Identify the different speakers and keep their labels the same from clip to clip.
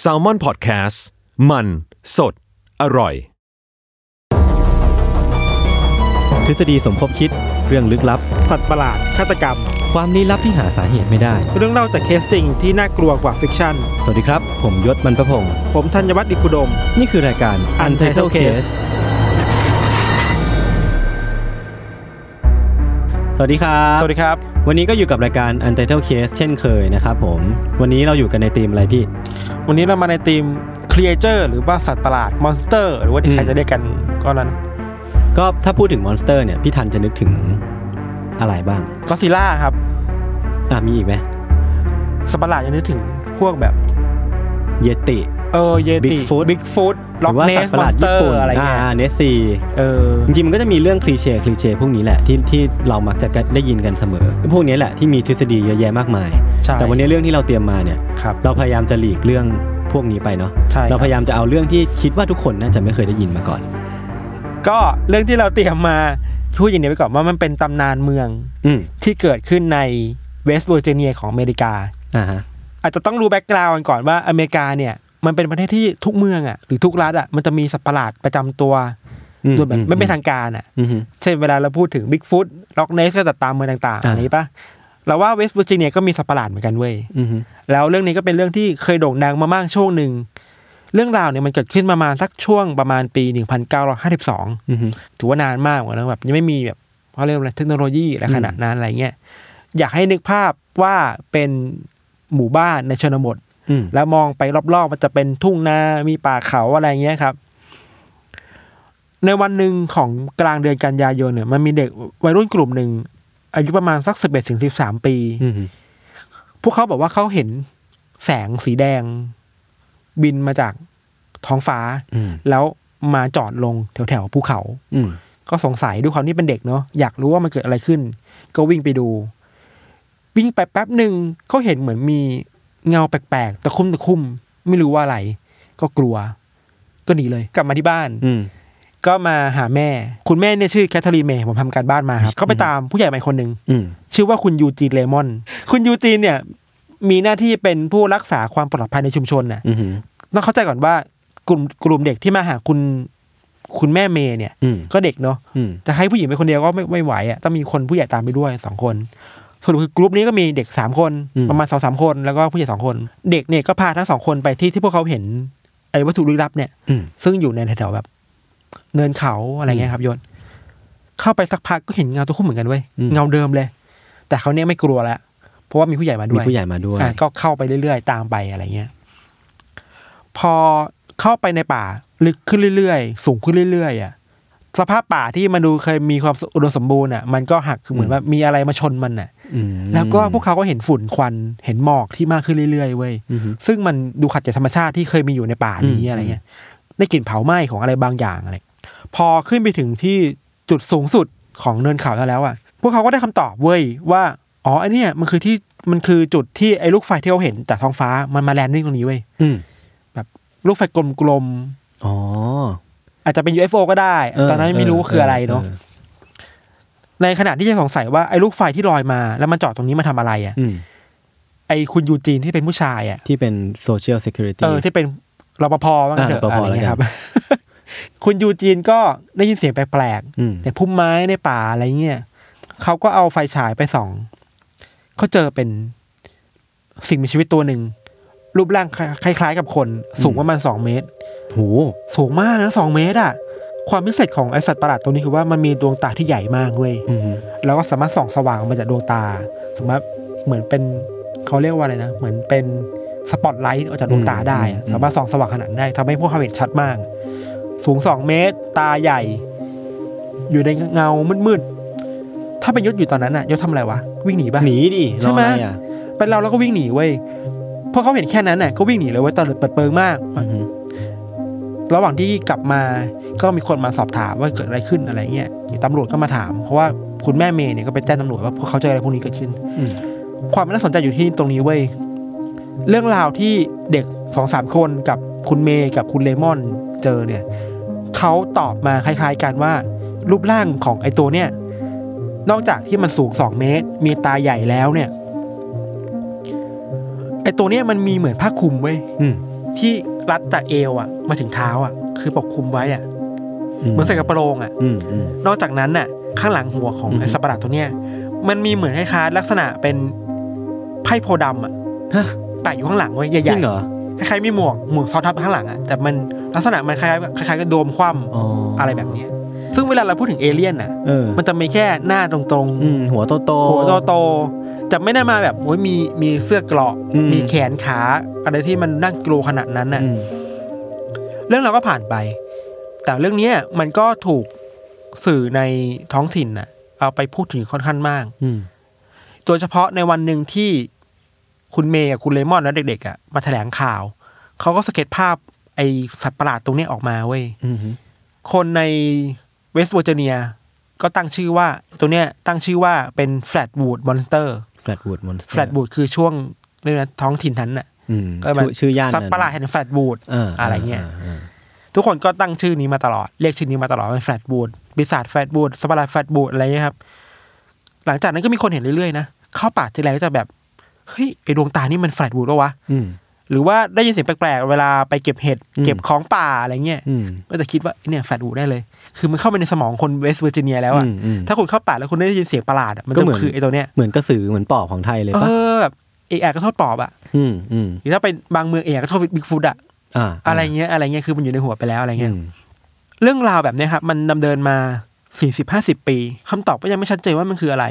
Speaker 1: แซลมอนพอดแคสต์มันสดอร่อย
Speaker 2: ทฤษฎีสมคบคิด เรื่องลึกลับ
Speaker 3: สัตว์ประหลาด ฆาตกรรม
Speaker 2: ความลี้ลับที่หาสาเหตุไม่ได้
Speaker 3: เรื่องเล่าจากเคสจริงที่น่ากลัวกว่าฟิกชั่น
Speaker 2: สวัสดีครับ ผมยศมันประพงศ์
Speaker 3: ผมธัญวัฒน์อิพุดม
Speaker 2: นี่คือรายการ Untitled Case สวัสดีครับ
Speaker 3: สวัสดีครับ
Speaker 2: วันนี้ก็อยู่กับรายการ Untitled Case เช่นเคยนะครับผม วันนี้เราอยู่กันในธีมอะไรพี่
Speaker 3: วันนี้เรามาในทีมครีเอเ r อร์หรือว่าสัตว์ประหลาดมอนสเตอร์หรือว่าที่
Speaker 2: อืม
Speaker 3: ใครจะเรียกกันก็นั้น
Speaker 2: ก็ถ้าพูดถึงมอนสเตอร์เนี่ย พี่ทันจะนึกถึงอะไรบ้าง
Speaker 3: ก็ซีล่าครับ
Speaker 2: อ่ะมีอีกไหม
Speaker 3: สัตว์ประหลาดยังนึกถึงพวกแบบ
Speaker 2: เยติ
Speaker 3: เออเยติ
Speaker 2: Bigfoot
Speaker 3: บิ๊กฟูด
Speaker 2: ห
Speaker 3: ล็อ
Speaker 2: รื
Speaker 3: ก
Speaker 2: ว่า
Speaker 3: เน
Speaker 2: สัตว์
Speaker 3: ส
Speaker 2: ประ
Speaker 3: ม
Speaker 2: หลาน ด
Speaker 3: อสเต
Speaker 2: ญี่
Speaker 3: อร์
Speaker 2: ปุ่น
Speaker 3: อะไร
Speaker 2: อ่า
Speaker 3: เงี้ย
Speaker 2: เนสซี
Speaker 3: เออ
Speaker 2: จริงๆมันก็จะมีเรื่องคลีเช่คลีเช่พวกนี้แหละที่ที่เรามักจะได้ยินกันเสมอ พวกนี้แหละที่มีทฤษฎีเยอะแยะมากมาย
Speaker 3: ใช่
Speaker 2: แต่วันนี้เรื่องที่เราเตรียมมาเนี่ย
Speaker 3: ครับ
Speaker 2: เราพยายามจะหลีกเรื่องพวกนี้ไปเนาะ
Speaker 3: ใช่ครับ
Speaker 2: เราพยายามจะเอาเรื่องที่คิดว่าทุกคนน่าจะไม่เคยได้ยินมาก่อน
Speaker 3: ก็เรื่องที่เราเตรียมมาพูดอย่างเดียวไปก่อนว่ามันเป็นตำนานเมือง
Speaker 2: อืม
Speaker 3: ที่เกิดขึ้นในเวสต์เวอร์จิเนียของอเมริกา
Speaker 2: อ่าฮะ
Speaker 3: อาจจะต้องรู้แบ็กกราวน์ก่อนว่าอเมริกาเนี่ย มันเป็นประเทศที่ทุกเมืองอ่ะหรือทุกรัฐอ่ะมันจะมีสัตว์ประหลาดประจำตัว
Speaker 2: อื
Speaker 3: โดยแบบ
Speaker 2: อื
Speaker 3: ไม่เป็นทางการอ่ะ
Speaker 2: อือฮึ
Speaker 3: เช่นเวลาเราพูดถึงบิ๊กฟุตล็อกเนสก็จะตามเมืองต่างๆ
Speaker 2: อ่า
Speaker 3: อันนี้ปะเราว่าเวสต์เวอร์จิเนียก็มีสัตว์ประหลาดเหมือนกันเว้ย
Speaker 2: อือฮึ
Speaker 3: แล้วเรื่องนี้ก็เป็นเรื่องที่เคยโด่งดังมามากช่วงหนึ่ง เรื่องราวเนี่ยมันเกิดขึ้นประมาณสักช่วงประมาณปี 1952
Speaker 2: อือฮึ
Speaker 3: ถือว่านานมากเหมือนกันแบบยังไม่มีแบบเขาเรียกว่าอะไรเทคโนโลยีอะไรขนาดนั้นอะไรเงี้ยอยากให้นึกภาพว่าเป็นหมู่บ้านในชนบท
Speaker 2: อืม
Speaker 3: แล้วมองไปรอบๆ มันจะเป็นทุ่งนา มีป่าเขาอะไรเงี้ยครับ ในวันหนึ่งของกลางเดือนกันยายนเนี่ย มันมีเด็กวัยรุ่นกลุ่มหนึ่ง อายุประมาณสักสิบเอ็ดถึงสิบสามปี
Speaker 2: อือฮึ
Speaker 3: พวกเขาบอกว่าเขาเห็นแสงสีแดง บินมาจากท้องฟ้า
Speaker 2: อืม
Speaker 3: แล้วมาจอดลงแถวๆภูเขา
Speaker 2: อืม
Speaker 3: ก็สงสัยด้วยความที่เป็นเด็กเนาะอยากรู้ว่ามันเกิดอะไรขึ้น ก็วิ่งไปดู วิ่งไปแป๊บหนึ่งก็เห็นเหมือนมีเงาแปลกๆตะคุ่มตะคุ่มไม่รู้ว่าอะไร ก็กลัว ก็หนีเลย กลับมาที่บ้าน
Speaker 2: อืม
Speaker 3: ก็มาหาแม่ คุณแม่เนี่ยชื่อแคทเธอรีนเมย์ผมทำการบ้านมาครับ ก็ไป
Speaker 2: อืม
Speaker 3: ตามผู้ใหญ่ใหม่คนหนึ่ง
Speaker 2: อืม
Speaker 3: ชื่อว่าคุณยูจีนเลมอน คุณยูจีนเนี่ย มีหน้าที่เป็นผู้รักษาความปลอดภัยในชุมชนน่ะ
Speaker 2: อือฮึ
Speaker 3: ต้องเข้าใจก่อนว่ากลุ่มกลุ่มเด็กที่มาหาคุณคุณแม่เมย์เนี่ย
Speaker 2: อืม
Speaker 3: ก็เด็กเนาะ
Speaker 2: อืม
Speaker 3: จะให้ผู้หญิงไปคนเดียวก็ไม่ไม่ไหวอ่ะต้องมีคนผู้ใหญ่ตามไปด้วยสองคนสรุปคือกลุ่มนี้ก็มีเด็กสามคนประมาณสองสามคนแล้วก็ผู้ใหญ่สองคน เด็กเนี่ยก็พาทั้งสองคนไปที่ที่พวกเขาเห็นไอ้วัตถุลึกลับเนี่ย
Speaker 2: อืม
Speaker 3: ซึ่งอยู่ในแถวๆแบบ เนินเขาอะไรเงี้ยครับยศเข้าไปสักพักก็เห็นเงาตัวคู่เหมือนกันเว้ยเงาเดิมเลย แต่เขาวเนี่ยไม่กลัวแล้วเพราะว่ามีผู้ใหญ่มาด้
Speaker 2: มี
Speaker 3: วย
Speaker 2: ผู้ใหญ่มาด้วย
Speaker 3: อ่ะก็เข้าไปเรื่อยๆ ตามไปอะไรเงี้ย พอเข้าไปในป่า ลึกขึ้นเรื่อยๆ สูงขึ้นเรื่อยๆอ่ะสภาพป่าที่มันดูเคยมีความอุดมสมบูรณ์อ่ะ มันก็หักคือเหมือนว่ามีอะไรมาชนมันอ่ะ
Speaker 2: อืม
Speaker 3: แล้วก็พวกเขาก็เห็นฝุ่นควันเห็นหมอกที่มากขึ้นเรื่อยๆเว้ย
Speaker 2: อือฮึ
Speaker 3: ซึ่งมันดูขัดจากธรรมชาติที่เคยมีอยู่ในป่า
Speaker 2: อืม
Speaker 3: นี้อะไรเงี้ยได้กลิ่นเผาไหม้ของอะไรบางอย่างอะไรพอขึ้นไปถึงที่จุดสูงสุดของเนินเขาแล้วแล้วอ่ะ พวกเขาก็ได้คำตอบเว้ยว่าอ๋อไอเนี่ยมันคือที่มันคือจุดที่ไอ้ลูกไฟที่เราเห็นจากท้องฟ้ามันมาแลนดิ้งตรงนี้เว้ย
Speaker 2: อืม
Speaker 3: ลูกไฟกลม
Speaker 2: อ๋อ
Speaker 3: ๆอาจจะเป็น UFO ก็ได้
Speaker 2: เ
Speaker 3: ตอนนั้นไม่รู้ว่าคืออะไรเนาะในขณะที่ยังสงสัยว่าไอ้ลูกไฟที่ลอยมา แล้วมันจอดตรงนี้มาทำอะไรอ่ะ
Speaker 2: อืม
Speaker 3: ไอ้คุณยูจีนที่เป็นผู้ชายอ่ะ
Speaker 2: ที่เป็น Social Security
Speaker 3: เออที่เป็นรปภว่างั้นเถอะ
Speaker 2: อ่ารปภ
Speaker 3: อะไรเงี้ย
Speaker 2: แล้
Speaker 3: คว
Speaker 2: กัน
Speaker 3: รับ คุณยูจีนก็ได้ยินเสียงแปลก
Speaker 2: อืม
Speaker 3: ๆในพุ่มไม้ในป่าอะไรเงี้ยเขาก็เอาไฟฉายไปส่องเขาเจอเป็นสิ่งมีชีวิตตัวหนึ่ง รูปร่างคล้ายๆ กับคนสูงประมาณสองเมตร
Speaker 2: โห
Speaker 3: สูงมากนะสองเมตรอ่ะ ความพิเศษของไอสัตว์ประหลาดตัวนี้คือว่ามันมีดวงตาที่ใหญ่มากเว้ย
Speaker 2: อืม
Speaker 3: แล้วก็สามารถส่องสว่างออกมาจากดวงตา สามารถเหมือนเป็นเขาเรียกว่าอะไรนะ เหมือนเป็นสปอตไลท์ออกจากดวงตาได้อะสามารถส่องสว่างขนาดนั้นได้ทำให้พวกเขาเห็นชัดมาก สูงสองเมตร ตาใหญ่ อยู่ในเงามืดๆ ถ้าเป็นยศอยู่ตอนนั้นอะยศทำอะไรวะ วิ่งหนีปะ
Speaker 2: หนีดิร
Speaker 3: ใช่
Speaker 2: อ
Speaker 3: ไหม
Speaker 2: อะไรอ่ะ
Speaker 3: เป็นเราเราก็วิ่งหนีเว้ยพอเขาเห็นแค่นั้นน่ะก็วิ่งหนีเลยเว้ยตะเลิดเปิดเปิงมาก
Speaker 2: อืม
Speaker 3: ระหว่างที่กลับมาก็มีคนมาสอบถามว่าเกิดอะไรขึ้นอะไรเงี้ยตำรวจก็มาถาม เพราะว่าคุณแม่เมย์เนี่ยก็ไปแจ้งตำรวจว่าพวกเขาเจออะไรพวกนี้เกิดขึ้น
Speaker 2: อืม
Speaker 3: ความน่าสนใจอยู่ที่ตรงนี้เว้ย เรื่องราวที่เด็กสองสามคนกับคุณเมย์กับคุณเลมอนเจอเนี่ยเขาตอบมาคล้ายๆกันว่า รูปร่างของไอ้ตัวเนี่ย นอกจากที่มันสูงสองเมตร มีตาใหญ่แล้วเนี่ย ไอ้ตัวเนี่ยมันมีเหมือนผ้าคลุมเว้ย
Speaker 2: อืม
Speaker 3: ที่รัดจากเอวอะมาถึงเท้าอะคือปกคลุมไว้อะเหมือนใส่กระโปรงอะ
Speaker 2: อืมอืม
Speaker 3: นอกจากนั้นน่ะ ข้างหลังหัวของ
Speaker 2: อือฮึ
Speaker 3: ไอ้สัตว์ประหลาดตัวเนี้ยมันมีเหมือนคล้ายๆลักษณะเป็นไพ่โพธิ์ดำอะ
Speaker 2: ฮะ
Speaker 3: แปะอยู่ข้างหลังไว้ยใหญ่
Speaker 2: จริงเหรอ
Speaker 3: ๆคล้ายๆมีหมวกหมวกซ้อนทับข้างหลังอะแต่มันลักษณะมันคล้ายๆคล้ายๆกับโดมค
Speaker 2: อ๋อ
Speaker 3: ว่ำ
Speaker 2: อะ
Speaker 3: อะไรแบบเนี้ย ซึ่งเวลาเราพูดถึงเอเลี่ยนน่ะ
Speaker 2: เออ
Speaker 3: มันจะมีแค่หน้าตรง
Speaker 2: อืมหัวโตโต
Speaker 3: ๆหัวโตๆจะไม่ได้มาแบบโอ้ยมีมีเสื้อเกราะ
Speaker 2: อืม
Speaker 3: มีแขนขาอะไรที่มันน่ากลัวขนาดนั้นน่ะ
Speaker 2: อืม
Speaker 3: เรื่องเราก็ผ่านไป แต่เรื่องเนี้ยมันก็ถูกสื่อในท้องถิ่นน่ะ เอาไปพูดถึงค่อนข้างมาก
Speaker 2: อืม
Speaker 3: โดยเฉพาะในวันหนึ่งที่คุณเมย์กับคุณเลมอนและเด็กๆอ่ะมาแถลงข่าว เขาก็สเก็ตภาพไอสัตว์ประหลาดตรงเนี้ยออกมาเว้ย
Speaker 2: อืม
Speaker 3: คนในเวสต์เวอร์จิเนียก็ตั้งชื่อว่าตัวเนี้ยตั้งชื่อว่าเป็นแฟลตวูดมอนสเตอร์
Speaker 2: แฟลตวูดมอนสเตอร์
Speaker 3: แฟลตวูดคือช่วงเรื่องนะท้องถิ่นนั้นน่ะ
Speaker 2: อืม
Speaker 3: ก็แบบ
Speaker 2: ชื่อชื่อย่าน
Speaker 3: สัตว์ประหลาด
Speaker 2: นั้น
Speaker 3: แห่งแฟลตวูด
Speaker 2: เออ
Speaker 3: อะ
Speaker 2: อะไร
Speaker 3: เงี้ย ทุกคนก็ตั้งชื่อนี้มาตลอด เรียกชื่อนี้มาตลอดเป็นแฟลตบูดปีศาจแฟลตบูดสปาราแฟลตบูดอะไรเงี้ยครับ หลังจากนั้นก็มีคนเห็นเรื่อยๆนะ เข้าป่าทีไรก็จะแบบ เฮ้ย ไอดวงตานี่มันแฟลตบูดปะวะ
Speaker 2: อืม
Speaker 3: หรือว่าได้ยินเสียงแปลกๆ เวลาไปเก็บเห็ด
Speaker 2: อืม
Speaker 3: เก็บของป่าอะไรเงี้ย
Speaker 2: อืม
Speaker 3: ก็จะคิดว่าเนี่ยแฟลตบูดได้เลย คือมันเข้าไปในสมองคนเวสต์เวอร์จิเนียแล้วอะ
Speaker 2: อืมอืม
Speaker 3: ถ้าคุณเข้าป่าแล้วคุณได้ยินเสียงประหลาดอะมัน
Speaker 2: ก็
Speaker 3: จะ
Speaker 2: เหมือน
Speaker 3: คือไอตัวเนี้ย
Speaker 2: เหมือนกระสือเหมือนปอบของไทยเลย
Speaker 3: เอ
Speaker 2: ปะ
Speaker 3: อแบบเอะอะก็โทษปอบอะ
Speaker 2: อืมอืม
Speaker 3: หรือถ้าเป็นบางเมืองเอะอะก็โทษบิ๊กฟุตอะ
Speaker 2: อ่า
Speaker 3: อะไรเงี้ย อะไรเงี้ย คือมันอยู่ในหัวไปแล้วอะไร
Speaker 2: อื
Speaker 3: เงี้ย
Speaker 2: ม
Speaker 3: เรื่องราวแบบเนี้ยครับมันดำเนินมา 40-50 ปีคำตอบก็ยังไม่ชัดเจนว่ามันคืออะไร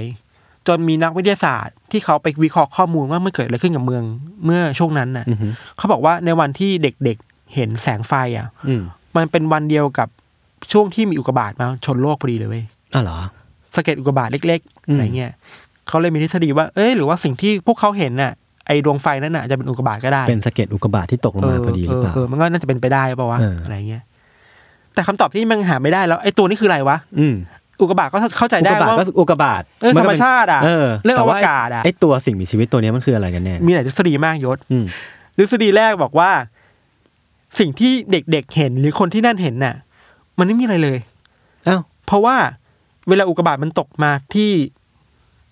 Speaker 3: จนมีนักวิทยาศาสตร์ ที่เขาไปวิเคราะห์ข้อมูลว่ามันเกิดอะไรขึ้นกับเมืองเมื่อช่วงนั้นน่ะ
Speaker 2: อืม
Speaker 3: เขาบอกว่าในวันที่เด็กๆเห็นแสงไฟอ่ะ
Speaker 2: อืม
Speaker 3: มันเป็นวันเดียวกับช่วงที่มีอุกกาบาตมาชนโลกพอดีเลยเว้ย
Speaker 2: อ่ะเหรอ
Speaker 3: สะเก็ดอุกกาบาตเล็กๆ
Speaker 2: อืม
Speaker 3: อะไรเงี้ยเขาเลยมีทฤษฎีว่าเอ้ยหรือว่าสิ่งที่พวกเขาเห็นน่ะไอดวงไฟนั่นน่ะอาจจะเป็นอุกกาบาตก็ได้
Speaker 2: เป็นสะเก็ดอุกกาบาตที่ตกลงมาพอดีหรือเปล่า
Speaker 3: มันก็น่าจะเป็นไปได้ป่าวะ
Speaker 2: เอออ
Speaker 3: อะไรเงี้ย แต่คำตอบที่มันหาไม่ได้แล้วไอ้ตัวนี้คืออะไรวะ
Speaker 2: อืม
Speaker 3: อุกกาบาตก็เข้าใจ
Speaker 2: อุก
Speaker 3: ได้
Speaker 2: กาบาต
Speaker 3: ว่า
Speaker 2: ก็อุกกาบาต
Speaker 3: เออ
Speaker 2: มันก็
Speaker 3: ธร
Speaker 2: ป็น
Speaker 3: รมชาติอะ
Speaker 2: เออ
Speaker 3: เรื่อง
Speaker 2: แต่ว่า
Speaker 3: อวกาศอะ
Speaker 2: ไไอตัวสิ่งมีชีวิตตัวเนี้ยมันคืออะไรกันแน่
Speaker 3: มีหลายทฤษฎีมากยศ
Speaker 2: อืม
Speaker 3: ทฤษฎีแรกบอกว่า สิ่งที่เด็กๆเห็นหรือคนที่นั่นเห็นน่ะ มันไม่มีอะไรเลย
Speaker 2: อ้าว
Speaker 3: เพราะว่าเวลาอุกกาบาตมันตกมาที่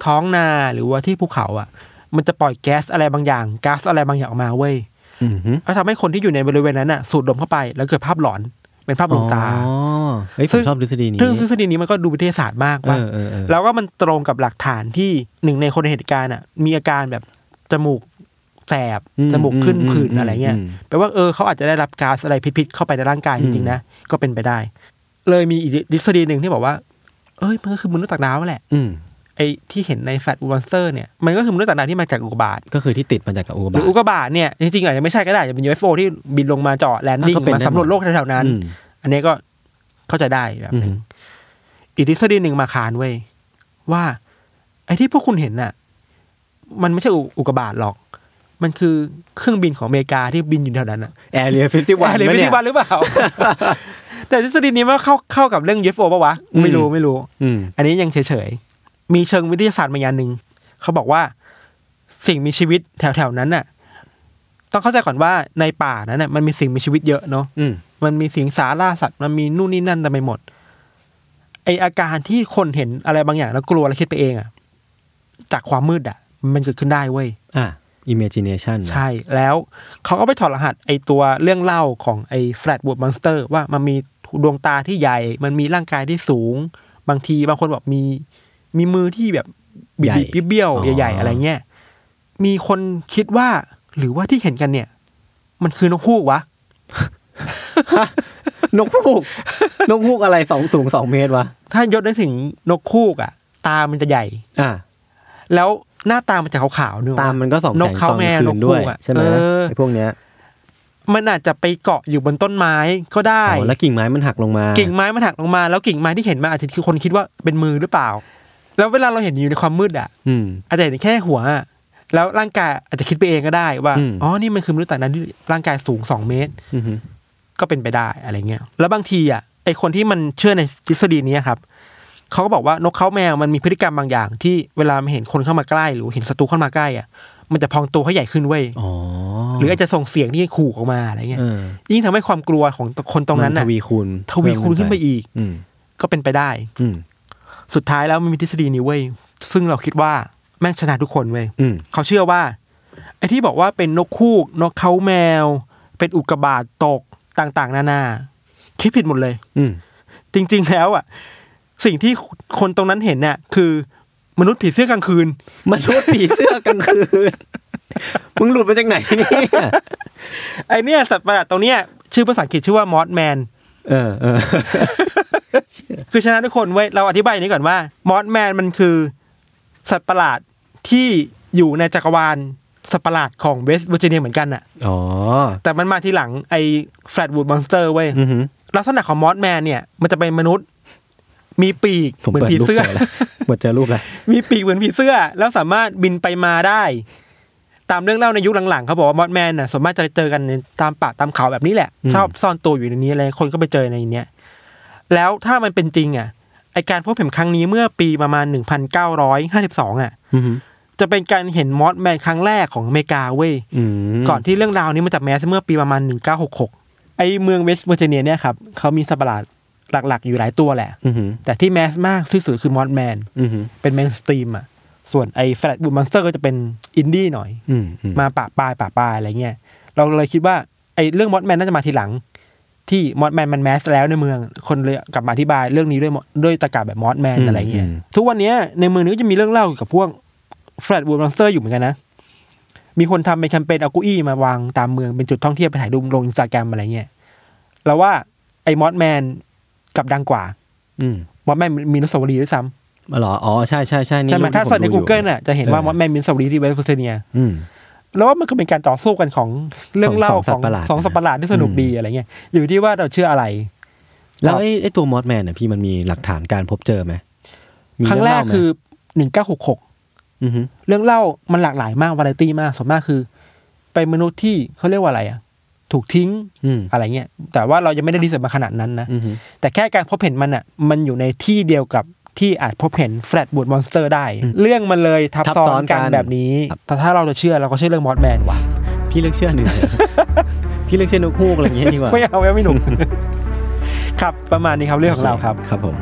Speaker 3: ท้องนาหรือว่าที่ภูเขาอ่ะ มันจะปล่อยแก๊สอะไรบางอย่างก๊าซอะไรบางอย่างออกมาเว้ย
Speaker 2: อืมฮึ
Speaker 3: แล้วทำให้คนที่อยู่ในบริเวณนั้นน่ะ สูดดมเข้าไป แล้วเกิดภาพหลอนเป็นภาพลวงตา
Speaker 2: อ๋อเฮ้ยผ
Speaker 3: ซึ่
Speaker 2: ม
Speaker 3: ง
Speaker 2: ชอบทฤษฎีนี้
Speaker 3: ซึ่งทฤษฎีนี้มันก็ดูวิทยาศาสตร์มาก
Speaker 2: เอ
Speaker 3: ว่า
Speaker 2: อเออเออ
Speaker 3: แล้วก็มันตรงกับหลักฐานที่หนึ่งในคนในเหตุการณ์อ่ะ มีอาการแบบจมูกแสบ
Speaker 2: อื
Speaker 3: จมูกขึ้น
Speaker 2: ม
Speaker 3: ผื่นอะไรเงี้ย
Speaker 2: ม
Speaker 3: แปลว่าเออเขาอาจจะได้รับก๊าซอะไรพิษๆเข้าไปในร่างกาย
Speaker 2: อื
Speaker 3: จ
Speaker 2: ม
Speaker 3: ริงๆนะก็เป็นไปได้ เลยมีอีกทฤษฎีหนึ่งที่บอกว่า เอ้ยมันก็คือมนุษย์ต่างดาวแหละ
Speaker 2: อืม
Speaker 3: ไอ้ที่เห็นในแฟลตมอนสเตอร์เนี่ยมันก็คือมนุษย์ต่างดาวที่มาจากอุกกาบาต
Speaker 2: ก็คือที่ติดมาจากกับอุก
Speaker 3: ห
Speaker 2: กา
Speaker 3: รื
Speaker 2: บา
Speaker 3: อ
Speaker 2: ต
Speaker 3: อุกกาบาตเนี่ยจริงๆอาจจะไม่ใช่ก็ได้อาจจะเป็น UFO ที่บินลงมาเจาะแลนดิ้ง
Speaker 2: อ่ะก็เป็น
Speaker 3: มา
Speaker 2: ได้
Speaker 3: สำรวจโลกแถวๆนั้น
Speaker 2: อืม
Speaker 3: อันนี้ก็เข้าใจได้แบบหนึ
Speaker 2: อื
Speaker 3: ง
Speaker 2: ม
Speaker 3: อีกทฤษฎีหนึ่งมาคานเว้ยว่า ไอ้ที่พวกคุณเห็นน่ะ มันไม่ใช่อุอุกกาบาตหรอก มันคือเครื่องบินของอเมริกาที่บินอยู่แถวนั้นน่ะ
Speaker 2: แอเรียฟิฟตี้วัน
Speaker 3: หรือไม่ที่วันหรือ เปล่า แต่ทฤษฎีนี้ว่าเข้าเข้ากับเรื่อง UFO ปะวะ ไม่รู้ไม่รู้
Speaker 2: อืม
Speaker 3: อันนี้ยังเฉยๆ มีเชิงวิทยาศาสตร์มาอย่างหนึ่ง เขาบอกว่าสิ่งมีชีวิตแถวๆนั้นน่ะ ต้องเข้าใจก่อนว่าในป่านั้นน่ะมันมีสิ่งมีชีวิตเยอะเนาะ
Speaker 2: อืม
Speaker 3: มันมีสิงสาราสัตว์มันมีนู่นนี่นั่นแต่ไปหมด ไออาการที่คนเห็นอะไรบางอย่างแล้วกลัวแล้วคิดไปเองอะจากความมืดอะมันเกิดขึ้นได้เว้ย
Speaker 2: อ่ะ imagination นะ
Speaker 3: ใช่ แล้วเขาก็ไปถอดรหัส ไอตัวเรื่องเล่าของไอแฟลตบูดมอนสเตอร์ว่ามันมีดวงตาที่ใหญ่ มันมีร่างกายที่สูง บางทีบางคนบอกมีมีมือที่แบบบิดๆเบี้ยวๆใหญ่ ๆ อะไรเงี้ยมีคนคิดว่าหรือว่าที่เห็นกันเนี่ย มันคือนกฮูกวะ
Speaker 2: นกฮูก นกฮูกอะไรสองสูงสองเมตรวะ
Speaker 3: ถ้ายศนึกถึงนกฮูกอ่ะ ตามันจะใหญ่
Speaker 2: อ่ะ
Speaker 3: แล้วหน้าตามันจะขาวๆเนื้ออกปะ
Speaker 2: ตามมันก็สอง
Speaker 3: น
Speaker 2: แส
Speaker 3: ก
Speaker 2: ง
Speaker 3: เขา
Speaker 2: ตอน
Speaker 3: แม่
Speaker 2: คืน
Speaker 3: นกฮูก
Speaker 2: ด้วย
Speaker 3: อะ
Speaker 2: ใช่ไหม
Speaker 3: เออ
Speaker 2: ไอ้พวกเนี้ย
Speaker 3: มันอาจจะไปเกาะอยู่บนต้นไม้ก็ได้
Speaker 2: อ๋อแล้วกิ่งไม้มันหักลงมา
Speaker 3: กิ่งไม้มันหักลงมา แล้วกิ่งไม้ที่เห็นมาอาจจะคือคนคิดว่าเป็นมือหรือเปล่า แล้วเวลาเราเห็นอยู่ในความมืดอ่ะ
Speaker 2: อืม
Speaker 3: อาจจะเห็นแค่หัวอะแล้วร่างกายอาจจะคิดไปเองก็ได้ว่า
Speaker 2: อืม
Speaker 3: อ๋อ นี่มันคือมนุษย์ต่างดาวที่ร่างกายสูงสองเมตร
Speaker 2: อือหือ
Speaker 3: ก็เป็นไปได้อะไรเงี้ย แล้วบางทีอ่ะ ไอคนที่มันเชื่อในทฤษฎีนี้ครับ เขาก็บอกว่านกเขาแมวมันมีพฤติกรรมบางอย่าง ที่เวลามันเห็นคนเข้ามาใกล้หรือเห็นศัตรูเข้ามาใกล้อ่ะ มันจะพองตัวให้ใหญ่ขึ้นเว้ย
Speaker 2: อ๋อ
Speaker 3: หรืออาจจะส่งเสียงที่ขู่ออกมาอะไรเงี้ย
Speaker 2: เออ
Speaker 3: ยิ่งทำให้ความกลัวของคนตรงนั้น
Speaker 2: มั
Speaker 3: น่ะ
Speaker 2: ทวีคูณ
Speaker 3: ทวีคูณขึ้นไปอีก
Speaker 2: อืม
Speaker 3: ก็เป็นไปได้
Speaker 2: อืม
Speaker 3: สุดท้ายแล้วมันมีทฤษฎีนี้เว้ย ซึ่งเราคิดว่าแม่งชนะทุกคนเว้ย
Speaker 2: อืม
Speaker 3: เขาเชื่อว่าไอ้ที่บอกว่าเป็นนกคูก นกเขาแมว เป็นอุกกาบาตตกต่างๆ นานา คิดผิดหมดเลย
Speaker 2: อืม
Speaker 3: จริง ๆ แล้วอ่ะ สิ่งที่คนตรงนั้นเห็นเนี่ยคือ มนุษย์ผีเสื้อกลางคืน
Speaker 2: มนุษย์ผีเสื้อกลางคืนมึงหลุดมาจากไหน เนี่ย
Speaker 3: ไอเนี่ยสัตว์ประหลาดตรงเนี้ยชื่อภาษาอังกฤษชื่อว่ามอสแมน
Speaker 2: เออเออ
Speaker 3: คือชนะทุกคนเว้ยเราอธิบายอย่างนี้ก่อนว่ามอสแมนมันคือ สัตว์ประหลาดที่อยู่ในจักรวาลสัตว์ประหลาดของเวสต์เวอร์จิเนียเหมือนกันน่ะ
Speaker 2: อ๋อ
Speaker 3: แต่มันมาทีหลังไอ้แฟลตวูดมอนสเตอร์เว้ย
Speaker 2: อือหือ
Speaker 3: ลักษณะของมอสแมนเนี่ย มันจะเป็นมนุษย์ มีปีก
Speaker 2: ผม
Speaker 3: เหมือน
Speaker 2: เปิด
Speaker 3: ผี
Speaker 2: รูป
Speaker 3: เสื้อ
Speaker 2: เจอแล้ว เปิดเจอรูปแล้ว
Speaker 3: มีปีกเหมือนผีเสื้อ แล้วสามารถบินไปมาได้ ตามเรื่องเล่าในยุคหลังๆเขาบอกว่ามอสแมนน่ะส่วนมากจะเจอกันในตามป่าตามเขาแบบนี้แหละ
Speaker 2: อืม
Speaker 3: ชอบซ่อนตัวอยู่ในนี้อะไรคนก็ไปเจอในเนี้ยแล้วถ้ามันเป็นจริงอ่ะไอการพบเห็นครั้งนี้เมื่อปีประมาณ 1952อ่ะ
Speaker 2: อือหือ
Speaker 3: จะเป็นการเห็นมอสแมนครั้งแรกของอเมริกาเว้ย
Speaker 2: อืม
Speaker 3: ก่อนที่เรื่องราวนี้มันจะแมสเมื่อปีประมาณ 1966 ไอเมืองเวสต์เวอร์จิเนียเนี่ยครับเขามีสัตว์ประหลาดหลักๆ อยู่หลายตัวแหละ
Speaker 2: อือหือ
Speaker 3: แต่ที่แมสมากที่สุดคือมอสแมน
Speaker 2: อือหือ
Speaker 3: เป็นแมนสตรีมอ่ะ ส่วนไอแฟลตบูมอนสเตอร์ก็จะเป็นอินดี้หน่อย
Speaker 2: อืมอืม
Speaker 3: มาป่าปลายป่าปลายอะไรเงี้ย เราเลยคิดว่าไอเรื่องมอสแมนน่าจะมาทีหลัง ที่มอสแมนมันแมสแล้วในเมือง คนเลยกลับมาอธิบายเรื่องนี้ด้วยมอด้วยตะกาแบบมอสแมนอะไรเงี้ย ทุกวันเนี้ยในเมืองนี้ก็จะมีเรื่องเล่าเกี่ยวกับพวกแฟลตบูมอนสเตอร์อยู่เหมือนกันนะ มีคนทำเป็นแคมเปญเอาเกุ้อี้มาวางตามเมืองเป็นจุดท่องเที่ยวไปถ่ายรูปลงอินสตาแกรมอะไรเงี้ยเราว่าไอ้มอสแมนกลับดังกว่า
Speaker 2: อืม
Speaker 3: มอสแมนมีอนุสาวรีย์ด้วยซ้ำ
Speaker 2: อ๋อเหรออ๋อใช่ใช่ใช่นี่
Speaker 3: ใช่ไหม
Speaker 2: รูปที่
Speaker 3: ถ้าเสิร์ชใน
Speaker 2: ผมดูอยู่
Speaker 3: Google น่ะจะเห็นว่า
Speaker 2: เออ
Speaker 3: มอสแมนมินสวรีที่เวสต์เวอร์จิเนีย
Speaker 2: อืม
Speaker 3: แล้วว่ามันก็เป็นการต่อสู้กันของเรื่องเล่า
Speaker 2: สอง
Speaker 3: ข
Speaker 2: สัต
Speaker 3: อง
Speaker 2: ว์ประหลาด
Speaker 3: สองสัตว์ประหลาดที่สนุก
Speaker 2: อืม
Speaker 3: ดีอะไรเงี้ยอยู่ที่ว่าเราเชื่ออะไร
Speaker 2: แล้วไอ้ไอ้ตัวมอสแมนเนี่ยพี่มันมีหลักฐานการพบเจอไหมมี
Speaker 3: ครั้งแรก
Speaker 2: เล่าไหม
Speaker 3: คือหนึ่งเก้าหกหก
Speaker 2: อหือ
Speaker 3: เรื่องเล่ามันหลากหลายมากวาไรตี้มากส่วนมากคือ เป็นมนุษย์ที่เขาเรียกว่าอะไรอ่ะ ถูกทิ้ง
Speaker 2: อืม
Speaker 3: อะไรเงี้ยแต่ว่าเรายังไม่ได้รีเสิร์ชมาขนาดนั้นนะ
Speaker 2: อือหือ
Speaker 3: แต่แค่การพบเห็นมันอ่ะ มันอยู่ในที่เดียวกับที่อาจพบเห็นแฟลตบูดมอนสเตอร์ได้ เรื่องมันเลยทับซ้อนกันแบบนี้ แต่ถ้าเราจะเชื่อเราก็เชื่อเรื่องมอสแมนว่ะ
Speaker 2: พี่เลือกเชื่อหนึ่ ง พี่เลือกเชื่อนกฮูกอะไรอย่างเงี้ยดีกว่า
Speaker 3: ไม่เอาไม่เอา ไม่หนุก ครับประมาณนี้ครับเรื่องของเราครับ
Speaker 2: ครับผม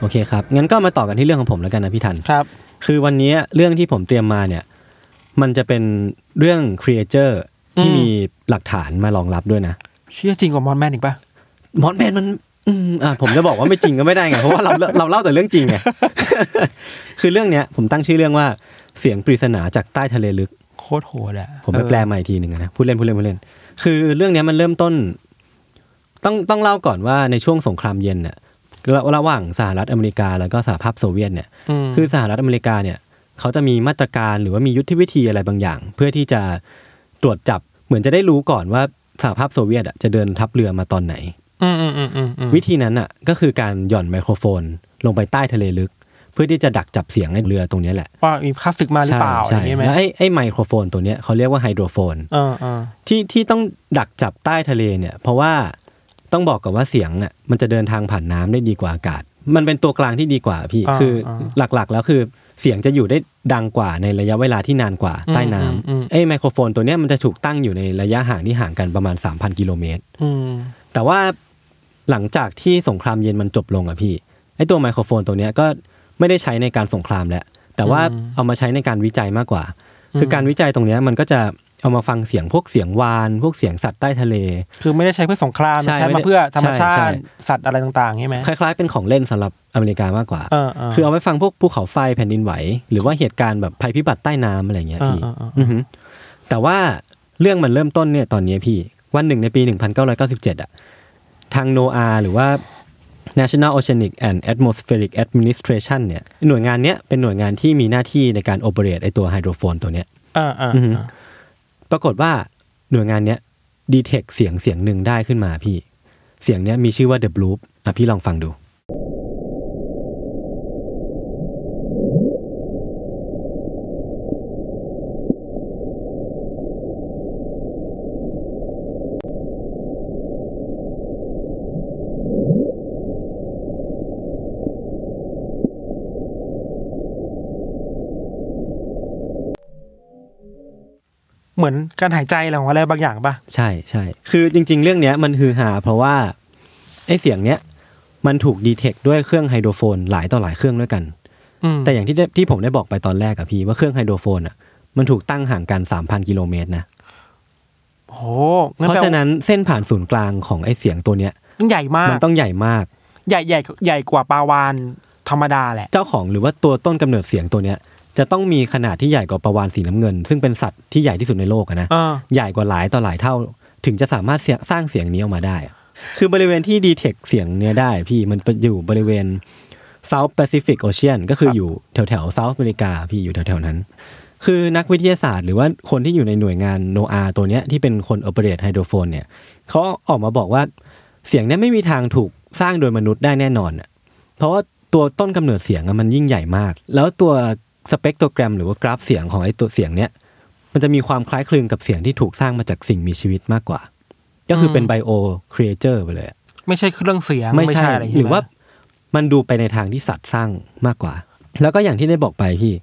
Speaker 2: โอเคครับ งั้นก็มาต่อกันที่เรื่องของผมแล้วกันนะพี่ทัน
Speaker 3: ครับ
Speaker 2: คือวันนี้เรื่องที่ผมเตรียมมาเนี่ย มันจะเป็นเรื่องครีเอเ r อร์ที่มีหลักฐานมารองรับด้วยนะ
Speaker 3: เชื่อจริงกว่ามอนแมนอีกปะ
Speaker 2: มอนแมนมันอืมอ่ะผมจะบอกว่าไม่จริงก็ไม่ได้ไง เพราะว่าเราเราเล่าแต่เรื่องจริงไง คือเรื่องเนี้ยผมตั้งชื่อเรื่องว่าเสียงปริศนาจากใต้ทะเลลึก
Speaker 3: โคตรโหดอะ
Speaker 2: ผมไปแปลมาอีกทีหนึ่งนะพูดเล่นพูดเล่นพูดเล่น คือเรื่องเนี้ยมันเริ่มต้น ต้องต้องเล่าก่อนว่าในช่วงสงครามเย็นเนี่ยระระหว่างสหรัฐอเมริกาแล้วก็สหภาพโซเวียตเนี่ย
Speaker 3: คื
Speaker 2: คือ อสหรัฐอเมริกาเนี่ยเขาจะมีมาตรการหรือว่ามียุทธวิธีอะไรบางอย่าง เพื่อที่จะตรวจจับเหมือนจะได้รู้ก่อนว่าสหภาพโซเวียตอะจะเดินทัพเรือมาตอนไหน
Speaker 3: อืมอืมอืมอืมอืม
Speaker 2: วิธีนั้นอ่ะก็คือการหย่อนไมโครโฟน ลงไปใต้ทะเลลึก เพื่อที่จะดักจับเสียงในเรือตรงเนี้ยแหละ
Speaker 3: ว่ามีค่าศึกมาหรือ
Speaker 2: ใช่
Speaker 3: เปล่าอะไรอ
Speaker 2: ใช่
Speaker 3: ย่างเงี้ยไหม
Speaker 2: แล้วไอ้ไอ้ไมโครโฟนตัวเนี้ยเขาเรียกว่าไฮโดรโฟน
Speaker 3: เออเออ
Speaker 2: ที่ที่ต้องดักจับใต้ทะเลเนี่ยเพราะว่าต้องบอกก่อนว่าเสียงอ่ะมันจะเดินทางผ่านน้ำได้ดีกว่าอากาศ มันเป็นตัวกลางที่ดีกว่าพี่
Speaker 3: า
Speaker 2: คืออา หลักๆ แล้วคือเสียงจะอยู่ได้ดังกว่าในระยะเวลาที่นานกว่าใต้น้ำ
Speaker 3: อืมอืมอืม
Speaker 2: เอ้ยไมโครโฟนตัวเนี้ยมันจะถูกตั้งอยู่ในระยะห่างที่ห่างกันประมาณ 3,000 กิโลเมตร
Speaker 3: อืม
Speaker 2: แต่ว่าหลังจากที่สงครามเย็นมันจบลงอ่ะพี่ไอ้ตัวไมโครโฟนตัวเนี้ยก็ไม่ได้ใช้ในการสงครามแล้วแต่ว่าเอามาใช้ในการวิจัยมากกว่า คือการวิจัยตรงเนี้ยมันก็จะ เอามาฟังเสียงพวกเสียงวาน พวกเสียงสัตว์ใต้ทะเล
Speaker 3: คือไม่ได้ใช้เพื่อสงคราม
Speaker 2: ใช่
Speaker 3: ใช้
Speaker 2: ไม่
Speaker 3: มา
Speaker 2: ได้
Speaker 3: เพื่อธรรมชา
Speaker 2: ใช่
Speaker 3: ติ
Speaker 2: ใช่
Speaker 3: สัตว์อะไรต่างๆใช่ไหม
Speaker 2: คล้ายๆเป็นของเล่นสำหรับอเมริกามากกว่า
Speaker 3: เออเออ
Speaker 2: คือเอาไว้ฟังพวกภูเขาไฟแผ่นดินไหว หรือว่าเหตุการณ์แบบภัยพิบัติใต้น้ำอะไรเงี้ยพี่
Speaker 3: อ่าอ่าอ่า
Speaker 2: อือหือแต่ว่าเรื่องมันเริ่มต้นเนี่ยตอนเนี้ยพี่ วันหนึ่งในปี 1997 อ่ะ ทางโนอาหรือว่า National Oceanic and Atmospheric Administration เนี่ยหน่วยงานเนี้ยเป็นหน่วยงานที่มีหน้าที่ในการโอเปเรตไอตัวไฮโดรโฟนตัวเนี้ย
Speaker 3: เอ่าอ่า
Speaker 2: อือหือ ปรากฏว่าหน่วยงานเนี้ยดีเทคเสียงเสียงหนึ่งได้ขึ้นมาพี่ เสียงเนี้ยมีชื่อว่า The Bloop อ่ะพี่ลองฟังดู
Speaker 3: เหมือนการหายใจอะไรของอะไรบางอย่างป่ะ
Speaker 2: ใช่ใช่ คือจริง ๆ เรื่องเนี้ยมันฮือฮาเพราะว่าไอ้เสียงเนี้ยมันถูกดีเทคด้วยเครื่องไฮโดรโฟนหลายต่อหลายเครื่องด้วยกัน
Speaker 3: อืม
Speaker 2: แต่อย่างที่ได้ที่ผมได้บอกไปตอนแรกอะพี่ว่าเครื่องไฮโดรโฟนอะมันถูกตั้งห่างกัน 3,000 กิโลเมตรนะ
Speaker 3: โอ้โหงั้
Speaker 2: เพราะ
Speaker 3: แปลว่
Speaker 2: ฉะนั้นเส้นผ่านศูนย์กลางของไอ้เสียงตัวเนี้ย
Speaker 3: มันใหญ่มาก
Speaker 2: มันต้องใหญ่มาก
Speaker 3: ใหญ่ใหญ่ใหญ่กว่าปลาวานธรรมดาแหละ
Speaker 2: เจ้าของหรือว่าตัวต้นกำเนิดเสียงตัวเนี้ยจะต้องมีขนาดที่ใหญ่กว่าปลาวานสีน้ำเงิน ซึ่งเป็นสัตว์ที่ใหญ่ที่สุดในโลกอะนะ
Speaker 3: เออ
Speaker 2: ใหญ่กว่าหลายต่อหลายเท่า ถึงจะสามารถเสียงสร้างเสียงนี้ออกมาได้อะคือบริเวณที่ดีเทคเสียงเนี้ยได้พี่มันไปอยู่บริเวณ South Pacific Ocean ก็คืออยู่แถวแถวเซาท์อเมริกาพี่อยู่แถวแถวๆนั้น คือนักวิทยาศาสตร์หรือว่าคนที่อยู่ในหน่วยงานโนอาตัวเนี้ยที่เป็นคนโอเปเรตไฮโดรโฟนเนี่ยเขาออกมาบอกว่าเสียงเนี้ยไม่มีทางถูกสร้างโดยมนุษย์ได้แน่นอนอะเพราะว่าตัวต้นกำเนิดเสียงอะมันยิ่งใหญ่มาก แล้วตัวสเปกโตรแกรม หรือว่ากราฟเสียงของไอ้ตัวเสียงเนี้ย มันจะมีความคล้ายคลึงกับเสียงที่ถูกสร้างมาจากสิ่งมีชีวิตมากกว่า ก็คือเป็นไบโอครีเอเจอร์ไปเลยอะ
Speaker 3: ไม่ใช่เครื่องเสียง
Speaker 2: ไม่ใช่
Speaker 3: อะไใช่ไม
Speaker 2: หรือว่ามันดูไปในทางที่สัตว์สร้างมากกว่า แล้วก็อย่างที่ได้บอกไปพี่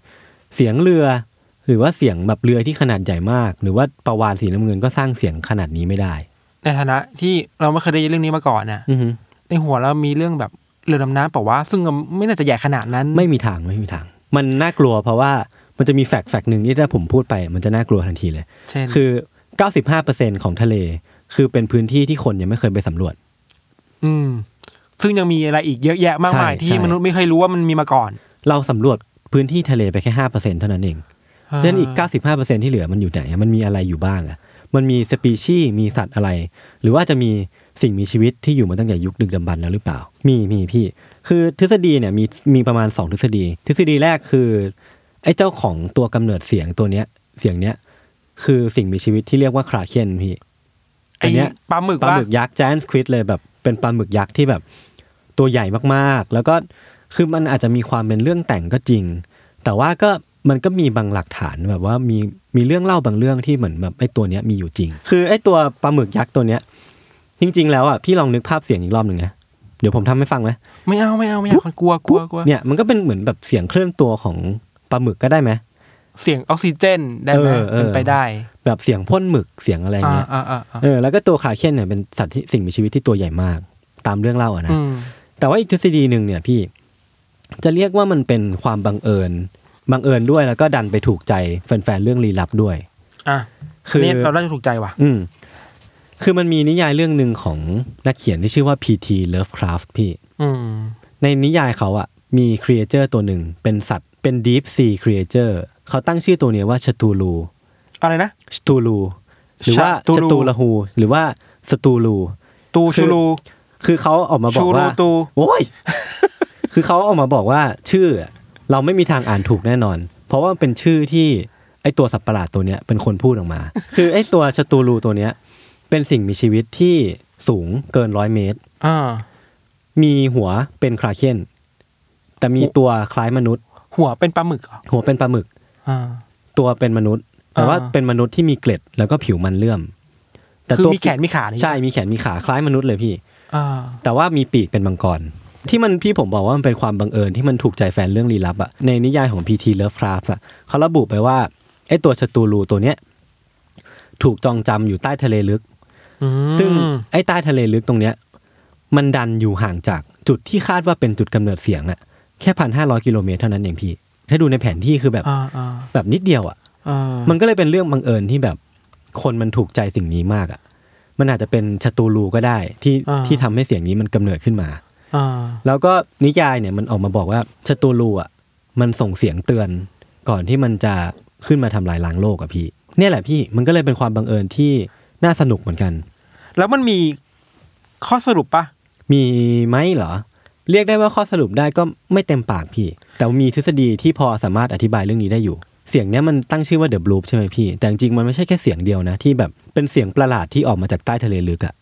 Speaker 2: เสียงเรือ หรือว่าเสียงแบบเรือที่ขนาดใหญ่มาก หรือว่าปลาวานสีน้ำเงินก็สร้างเสียงขนาดนี้ไม่ได้
Speaker 3: ในฐานะที่เราไม่เคยได้ยินเรื่องนี้มาก่อนนะ
Speaker 2: อือฮึ
Speaker 3: ในหัวเรามีเรื่องแบบเรือดำน้ำเปล่าวะซึ่งไม่น่าจะใหญ่ขนาดนั้น
Speaker 2: ไม่มีทางไม่มีทาง มันน่ากลัวเพราะว่ามันจะมีแฟกต์แฟกต์หนึ่งที่ถ้าผมพูดไป มันจะน่ากลัวทันทีเลย
Speaker 3: เช่น
Speaker 2: คือ 95%ของทะเล คือเป็นพื้นที่ที่คนยังไม่เคยไปสำรวจ
Speaker 3: อืม ซึ่งยังมีอะไรอีกเยอะแยะมากมาย
Speaker 2: ใช่
Speaker 3: ที่
Speaker 2: ใช่
Speaker 3: มนุษย์ไม่เคยรู้ว่ามันมีมาก่อน
Speaker 2: เราสำรวจพื้นที่ทะเลไปแค่ห้าเปอร์เซ็นเท่านั้นเองดังนั้นอีกเก้าสิบห้าเปอร์เซ็นที่เหลือมันอยู่ไหนอะมันมีอะไรอยู่บ้างอะมันมีสปีชีส์มีสัตว์อะไร หรือว่าจะมีสิ่งมีชีวิตที่อยู่มาตั้งแต่ยุคดึกดำบรรพ์แล้วหรือเปล่า มีมีพี่ คือทฤษฎีเนี่ยมีมีประมาณสองทฤษฎี ทฤษฎีแรกคือไอ้เจ้าของตัวกำเนิดเสียงตัวเนี้ยเสียงเนี้ยคือสิ่งมีชีวิตที่เรียกว่าคราเคนพี่
Speaker 3: ไอ้ปลาหมึก
Speaker 2: ปลาหมึ
Speaker 3: ปะ
Speaker 2: กยักษ์ giant squid เลยแบบเป็นปลาหมึกยักษ์ที่แบบ ตัวใหญ่มากๆ แล้วก็คือมันอาจจะมีความเป็นเรื่องแต่งก็จริง แต่ว่าก็มันก็มีบางหลักฐานแบบว่ามีมีเรื่องเล่าบางเรื่องที่เหมือนแบบไอ้ตัวเนี้ยมีอยู่จริง คือไอ้ตัวปลาหมึกยักษ์ตัวเนี้ย จริง ๆ แล้วอ่ะพี่ลองนึกภาพเสียงอีกรอบหนึ่งนะเดี๋ยวผมทำให้ฟังไหม
Speaker 3: ไม่เอาไม่เอาไม่เอากลัวกลัวกลัว
Speaker 2: เนี่ยมันก็เป็นเหมือนแบบเสียงเคลื่อนตัวของปลาหมึกก็ได้ไหม
Speaker 3: เสียงออกซิเจนได้ไหม
Speaker 2: เออเออ
Speaker 3: เป็นไปได้
Speaker 2: แบบเสียงพ่นหมึกเสียงอะไร
Speaker 3: อ่า
Speaker 2: เงี้ย
Speaker 3: อ่าอ่าอ่า
Speaker 2: เออแล้วก็ตัวคลาเคนเนี่ยเป็นสัตว์ที่สิ่งมีชีวิตที่ตัวใหญ่มาก ตามเรื่องเล่าอ่ะนะ
Speaker 3: อืม
Speaker 2: แต่ว่าอีกทฤษฎีหนึ่งเนี่ยพี่ จะเรียกว่ามันเป็นความบังเอิญบังเอิญด้วยแล้วก็ดันไปถูกใจแฟนๆเรื่องลี้ลับด้วย
Speaker 3: อ่ะ
Speaker 2: คือ
Speaker 3: เนี่ยเราน่าจะถูกใจว่ะ
Speaker 2: อืมคือมันมีนิยายเรื่องหนึ่งของนักเขียนที่ชื่อว่า P.T. Lovecraft พี่
Speaker 3: อืม
Speaker 2: ในนิยายเขาอะมีครีเอเจอร์ตัวหนึ่ง เป็นสัตว์เป็น Deep Sea Creature เขาตั้งชื่อตัวเนี้ยว่าชตูลู
Speaker 3: อะไรนะ
Speaker 2: ชตูลูหรือว่า
Speaker 3: ชตู
Speaker 2: ช
Speaker 3: ลู
Speaker 2: ตูละฮูหรือว่าสตูลู
Speaker 3: ตู
Speaker 2: คื
Speaker 3: ชู
Speaker 2: อ
Speaker 3: รู
Speaker 2: คือเขาออกมาบอกว่า
Speaker 3: ชูรูตู
Speaker 2: โอ้ย คือเขาออกมาบอกว่าชื่อเราไม่มีทางอ่านถูกแน่นอน เพราะว่าเป็นชื่อที่ไอตัวสัตว์ประหลาดตัวเนี้ยเป็นคนพูดออกมา คือไอตัวชะตูรูตัวเนี้ยเป็นสิ่งมีชีวิตที่สูงเกินร้อยเมตร
Speaker 3: อ่า
Speaker 2: มีหัวเป็นคราเคนแต่มีตัวคล้ายมนุษย์
Speaker 3: หัวเป็นปลาหมึกเหรอ
Speaker 2: หัวเป็นปลาหมึก
Speaker 3: อ่า
Speaker 2: ตัวเป็นมนุษย์ แต่ว่า
Speaker 3: อ่า
Speaker 2: เป็นมนุษย์ที่มีเกล็ดแล้วก็ผิวมันเลื่อม
Speaker 3: คือ
Speaker 2: ตัว
Speaker 3: มีแขนมีขาเนี่ย
Speaker 2: ใช่มีแขนมีขาคล้ายมนุษย์เลยพี่
Speaker 3: อ่า
Speaker 2: แต่ว่ามีปีกเป็นมังกร ที่มันพี่ผมบอกว่ามันเป็นความบังเอิญที่มันถูกใจแฟนเรื่องลี้ลับอะในนิยายของ P.T. Lovecraft อะเขาระบุไปว่าไอ้ตัวชตูลูตัวเนี้ยถูกจองจำอยู่ใต้ทะเลลึก
Speaker 3: อืม
Speaker 2: ซึ่งไอ้ใต้ทะเลลึกตรงเนี้ยมันดันอยู่ห่างจากจุดที่คาดว่าเป็นจุดกำเนิดเสียงอะแค่พันห้าร้อยกิโลเมตรเท่านั้นเองพี่ ถ้าดูในแผนที่คือแบบ
Speaker 3: อ่าอ่า
Speaker 2: แบบนิดเดียวอะ
Speaker 3: อ่า
Speaker 2: มันก็เลยเป็นเรื่องบังเอิญที่แบบ คนมันถูกใจสิ่งนี้มากอะ่ะ มันอาจจะเป็นชตูรูก็ได้ที่
Speaker 3: อ่า
Speaker 2: ที่ทำให้เสียงนี้มันกำเนิดขึ้นมา
Speaker 3: อ่า
Speaker 2: แล้วก็นิยายเนี่ยมันออกมาบอกว่าชตูรูอ่ะมันส่งเสียงเตือนก่อนที่มันจะขึ้นมาทำลายล้างโลกอ่ะพี่ เนี่ยแหละพี่มันก็เลยเป็นความบังเอิญที่น่าสนุกเหมือนกัน
Speaker 3: แล้วมันมีข้อสรุปปะ
Speaker 2: มีไหมเหรอ เรียกได้ว่าข้อสรุปได้ก็ไม่เต็มปากพี่ แต่ว่ามีทฤษฎีที่พอสามารถอธิบายเรื่องนี้ได้อยู่ เสียงเนี้ยมันตั้งชื่อว่าเดอะบลูปใช่ไหมพี่ แต่จริงๆมันไม่ใช่แค่เสียงเดียวนะ ที่แบบเป็นเสียงประหลาดที่ออกมาจากใต้ทะเลลึกอะ่ะ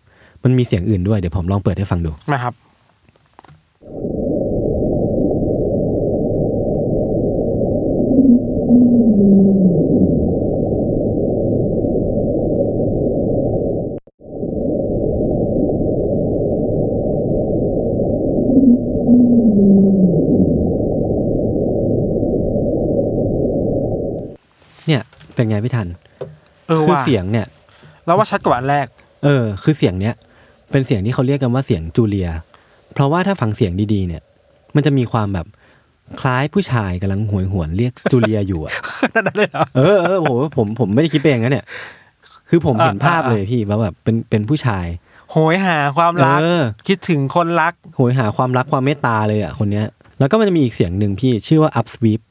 Speaker 2: มันมีเสียงอื่นด้วยเดี๋ยวผมลองเปิดให้ฟังดู
Speaker 3: นะครับ
Speaker 2: เนี่ยเป็นไงพี่ทัน
Speaker 3: เออ
Speaker 2: คือ
Speaker 3: ว่า
Speaker 2: เสียงเนี่ย
Speaker 3: แล้วว่าชัดกว่าอันแรก
Speaker 2: เออคือเสียงเนี้ยเป็นเสียงที่เขาเรียกกันว่าเสียงจูเลีย เพราะว่าถ้าฟังเสียงดีๆเนี่ย มันจะมีความแบบคล้ายผู้ชายกำลังหวยหวนเรียกจูเลียอยู่อะ
Speaker 3: นั่นเลยเหรอ
Speaker 2: เออเออผมผมผมไม่ได้คิดไปอย่างนั้นเนี่ย คือผมเห็น
Speaker 3: อ่า
Speaker 2: ภาพ
Speaker 3: อ่า
Speaker 2: เลย พี่ว่าแบบเป็นเป็นผู้ชาย
Speaker 3: โหยหาความรัก
Speaker 2: เออ
Speaker 3: คิดถึงคนรัก
Speaker 2: โหยหาความรักความเมตตาเลยอ่ะคนเนี้ย แล้วก็มันจะมีอีกเสียงหนึ่งพี่ชื่อว่า up sweep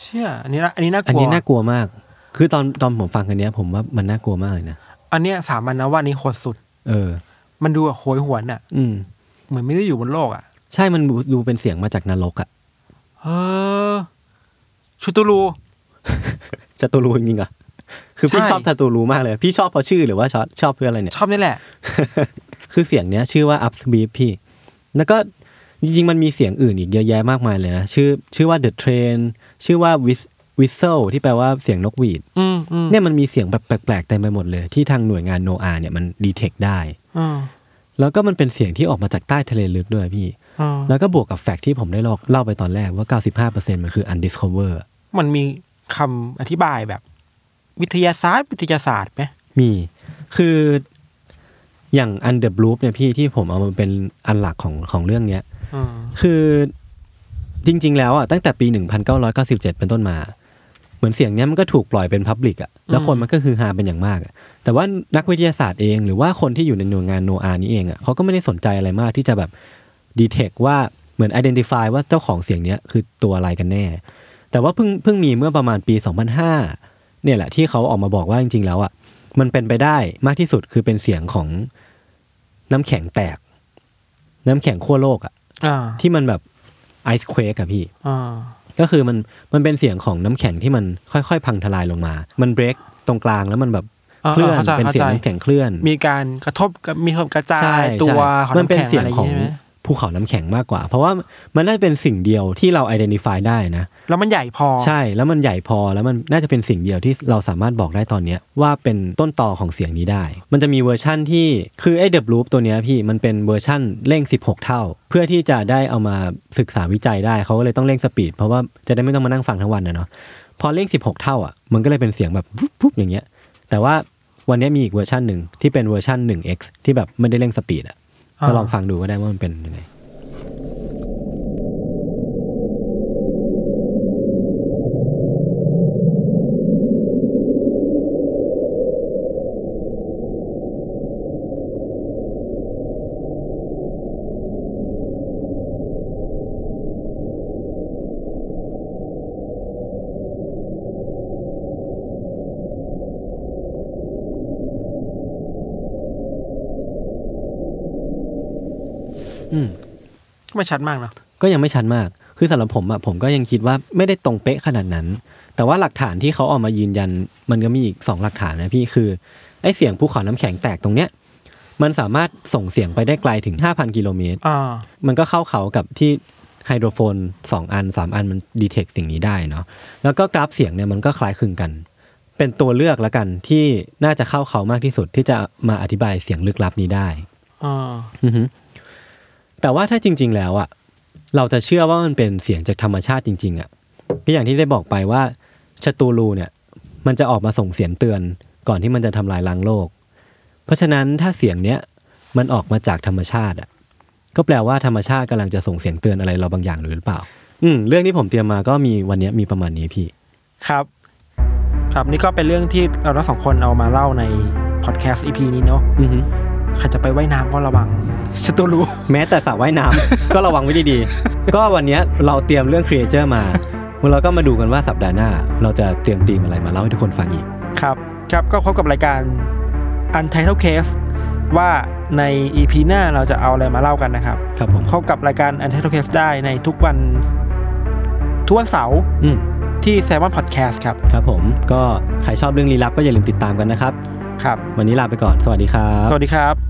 Speaker 3: เชื่ออันนี้นะอันนี้น่าก
Speaker 2: อัน
Speaker 3: ลัว
Speaker 2: นี้น่ากลัวมาก คือตอนตอนผมฟังอันเนี้ย ผมว่ามันน่ากลัวมากเลยนะ
Speaker 3: อันเนี้ยสามัญนะว่าอันนี้โหดสุด
Speaker 2: เออ
Speaker 3: มันดูแบบโหยหวนอ่ะ
Speaker 2: อืม
Speaker 3: เหมือนไม่ได้อยู่บนโลกอ่ะ
Speaker 2: ใช่มันดูเป็นเสียงมาจากนรกอ่ะ
Speaker 3: เออชุตูรู
Speaker 2: จตุรูจริงๆอ่ะคือพี่
Speaker 3: ใช่
Speaker 2: ชอบจตุรูมากเลย พี่ชอบเพราะชื่อหรือว่าชอบชอบเพื่ออะไร เนี่ย
Speaker 3: ชอบนี่แหละ
Speaker 2: คือเสียงเนี้ยชื่อว่า up sweep พี่ แล้วก็จริงๆ มันมีเสียงอื่นอีกเยอะแยะมากมายเลยนะ ชื่อชื่อว่า the train ชื่อว่า Whis- whistle ที่แปลว่าเสียงนกหวีด
Speaker 3: อืมอืม
Speaker 2: เนี่ยมันมีเสียงแบบแปลกๆเต็มไปหมดเลย ที่ทางหน่วยงานโนอาเนี่ยมันดีเทคได้
Speaker 3: อืม
Speaker 2: แล้วก็มันเป็นเสียงที่ออกมาจากใต้ทะเลลึกด้วยพี่
Speaker 3: อืม
Speaker 2: แล้วก็บวกกับแฟกต์ที่ผมได้เลาเล่าไปตอนแรกว่า 95%มันคือ undiscover
Speaker 3: มันมีคำอธิบายแบบ วิทยาศาสตร์ วิทยาศาสตร์ไหม
Speaker 2: มี คืออย่าง under bloop เนี่ยพี่ที่ผมเอามันเป็นอันหลักของของเรื่องเนี้ย
Speaker 3: อืม
Speaker 2: คือจริง ๆ แล้วอ่ะตั้งแต่ปี 1997 เป็นต้นมา เหมือนเสียงเนี้ยมันก็ถูกปล่อยเป็นพับลิกอ่ะแล้วคนมันก็คือฮาเป็นอย่างมากอะแต่ว่านักวิทยาศาสตร์เองหรือว่าคนที่อยู่ในหน่วยงานโนอานี้เองอ่ะเขาก็ไม่ได้สนใจอะไรมากที่จะแบบดีเทคว่าเหมือน identify ว่าเจ้าของเสียงเนี้ยคือตัวอะไรกันแน่ แต่ว่าเพิ่งเพิ่งมีเมื่อประมาณปี 2005 เนี่ยแหละที่เขาออกมาบอกว่าจริง ๆ แล้วอ่ะมันเป็นไปได้มากที่สุดคือเป็นเสียงของน้ำแข็งแตก น้ำแข็งขั้วโลกอ่ะ
Speaker 3: อ่า
Speaker 2: ที่มันแบบไอซ์เควกอะพี่
Speaker 3: อ่า
Speaker 2: ก็คือมันมันเป็นเสียงของน้ำแข็งที่มันค่อยๆ พังทลายลงมา มันเบรกตรงกลางแล้วมันแบบ
Speaker 3: า
Speaker 2: เคลื่อน
Speaker 3: ข้าใจ
Speaker 2: เป็นเสียง
Speaker 3: ข้าใจ
Speaker 2: น้ำแข็งเคลื่อน
Speaker 3: มีการกระทบกับมีความกระจา
Speaker 2: ใช่
Speaker 3: ยตัว
Speaker 2: ใช่
Speaker 3: ของ
Speaker 2: มันเป็น
Speaker 3: ำ
Speaker 2: เสียง
Speaker 3: แข็ะไร
Speaker 2: ของ
Speaker 3: ใช่ไหม
Speaker 2: ภูเขาน้ำแข็งมากกว่า เพราะว่ามันน่าจะเป็นสิ่งเดียวที่เรา identify ได้นะ
Speaker 3: แล้วมันใหญ่พอ
Speaker 2: ใช่แล้วมันใหญ่พอแล้วมันน่าจะเป็นสิ่งเดียวที่เราสามารถบอกได้ตอนเนี้ยว่าเป็นต้นต่อของเสียงนี้ได้ มันจะมีเวอร์ชั่นที่คือไอ้เดบลูปตัวเนี้ยพี่มันเป็นเวอร์ชั่นเร่ง 16 เท่า เพื่อที่จะได้เอามาศึกษาวิจัยได้เขาก็เลยต้องเร่งสปีดเพราะว่าจะได้ไม่ต้องมานั่งฟังทั้งวันนะเนาะพอเร่ง 16 เท่าอ่ะมันก็เลยเป็นเสียงแบบวุบวุบอย่างเงี้ย แต่ว่าวันเนี้ยมีอีกเวอร์ชันหนึ่งที่เป็นเวอร์ชัน 1x ที่แบบไม่ได้เร่งสปีดอ่ะ
Speaker 3: อ่า
Speaker 2: ก็ลองฟังดูก็ได้ว่ามันเป็นยังไง
Speaker 3: ก็ไม่ชัดมากเนาะ
Speaker 2: ก็ยังไม่ชัดมาก คือสำหรับผมอะผมก็ยังคิดว่าไม่ได้ตรงเป๊ะขนาดนั้น แต่ว่าหลักฐานที่เขาเออกมายืนยัน มันก็มีอีกสองหลักฐานนะพี่คือไอ้เสียงภูเขาน้ำแข็งแตกตรงเนี้ย มันสามารถส่งเสียงไปได้ไกลถึง 5,000 กิโลเมตร
Speaker 3: อ่า
Speaker 2: มันก็เข้าเขากับที่ไฮโดรโฟน 2 อัน 3 อันมันดีเทคสิ่งนี้ได้เนาะ แล้วก็กราฟเสียงเนี่ยมันก็คล้ายคลึงกัน เป็นตัวเลือกละกันที่น่าจะเข้าเขามากที่สุดที่จะมาอธิบายเสียงลึกลับนี้ได้
Speaker 3: อ่า
Speaker 2: อือฮึแต่ว่าถ้าจริง ๆ แล้วอะ เราจะเชื่อว่ามันเป็นเสียงจากธรรมชาติจริง ๆ อ่ะก็อย่างที่ได้บอกไปว่าชตูลูเนี่ย มันจะออกมาส่งเสียงเตือนก่อนที่มันจะทำลายล้างโลก เพราะฉะนั้นถ้าเสียงเนี้ยมันออกมาจากธรรมชาติอ่ะ ก็แปลว่าธรรมชาติกำลังจะส่งเสียงเตือนอะไรเราบางอย่างหรือเปล่า อืมเรื่องที่ผมเตรียมมาก็มีวันเนี้ยมีประมาณนี้พี่
Speaker 3: ครับ ครับนี่ก็เป็นเรื่องที่เราทั้งสองคนเอามาเล่าในพอดแคสต์ EP นี้เนาะ
Speaker 2: อือฮึ
Speaker 3: ใครจะไปว่ายน้ำก็ระวังชตูรู
Speaker 2: แม้แต่สระว่ายน้ำ ก็ระวังไว้ดีๆ ก็วันเนี้ยเราเตรียมเรื่องครีเอเจอร์มาเราก็มาดูกันว่าสัปดาห์หน้า เราจะเตรียมธีมอะไรมาเล่าให้ทุกคนฟังอีก
Speaker 3: ครับ ครับก็พบกับรายการ Untitled Case ว่าใน EP หน้าเราจะเอาอะไรมาเล่ากันนะครับ
Speaker 2: ครับผม
Speaker 3: พบกับรายการ Untitled Case ได้ในทุกวัน ทุกวันเสาร์
Speaker 2: อืม
Speaker 3: ที่ s ซ m o n Podcast ครับ
Speaker 2: ครับผมก็ใครชอบเรื่องลี้ลับก็อย่าลืมติดตามกันนะครับ
Speaker 3: ครับ
Speaker 2: วันนี้ลาไปก่อน สวัสดีครับ
Speaker 3: สวัสดีครับ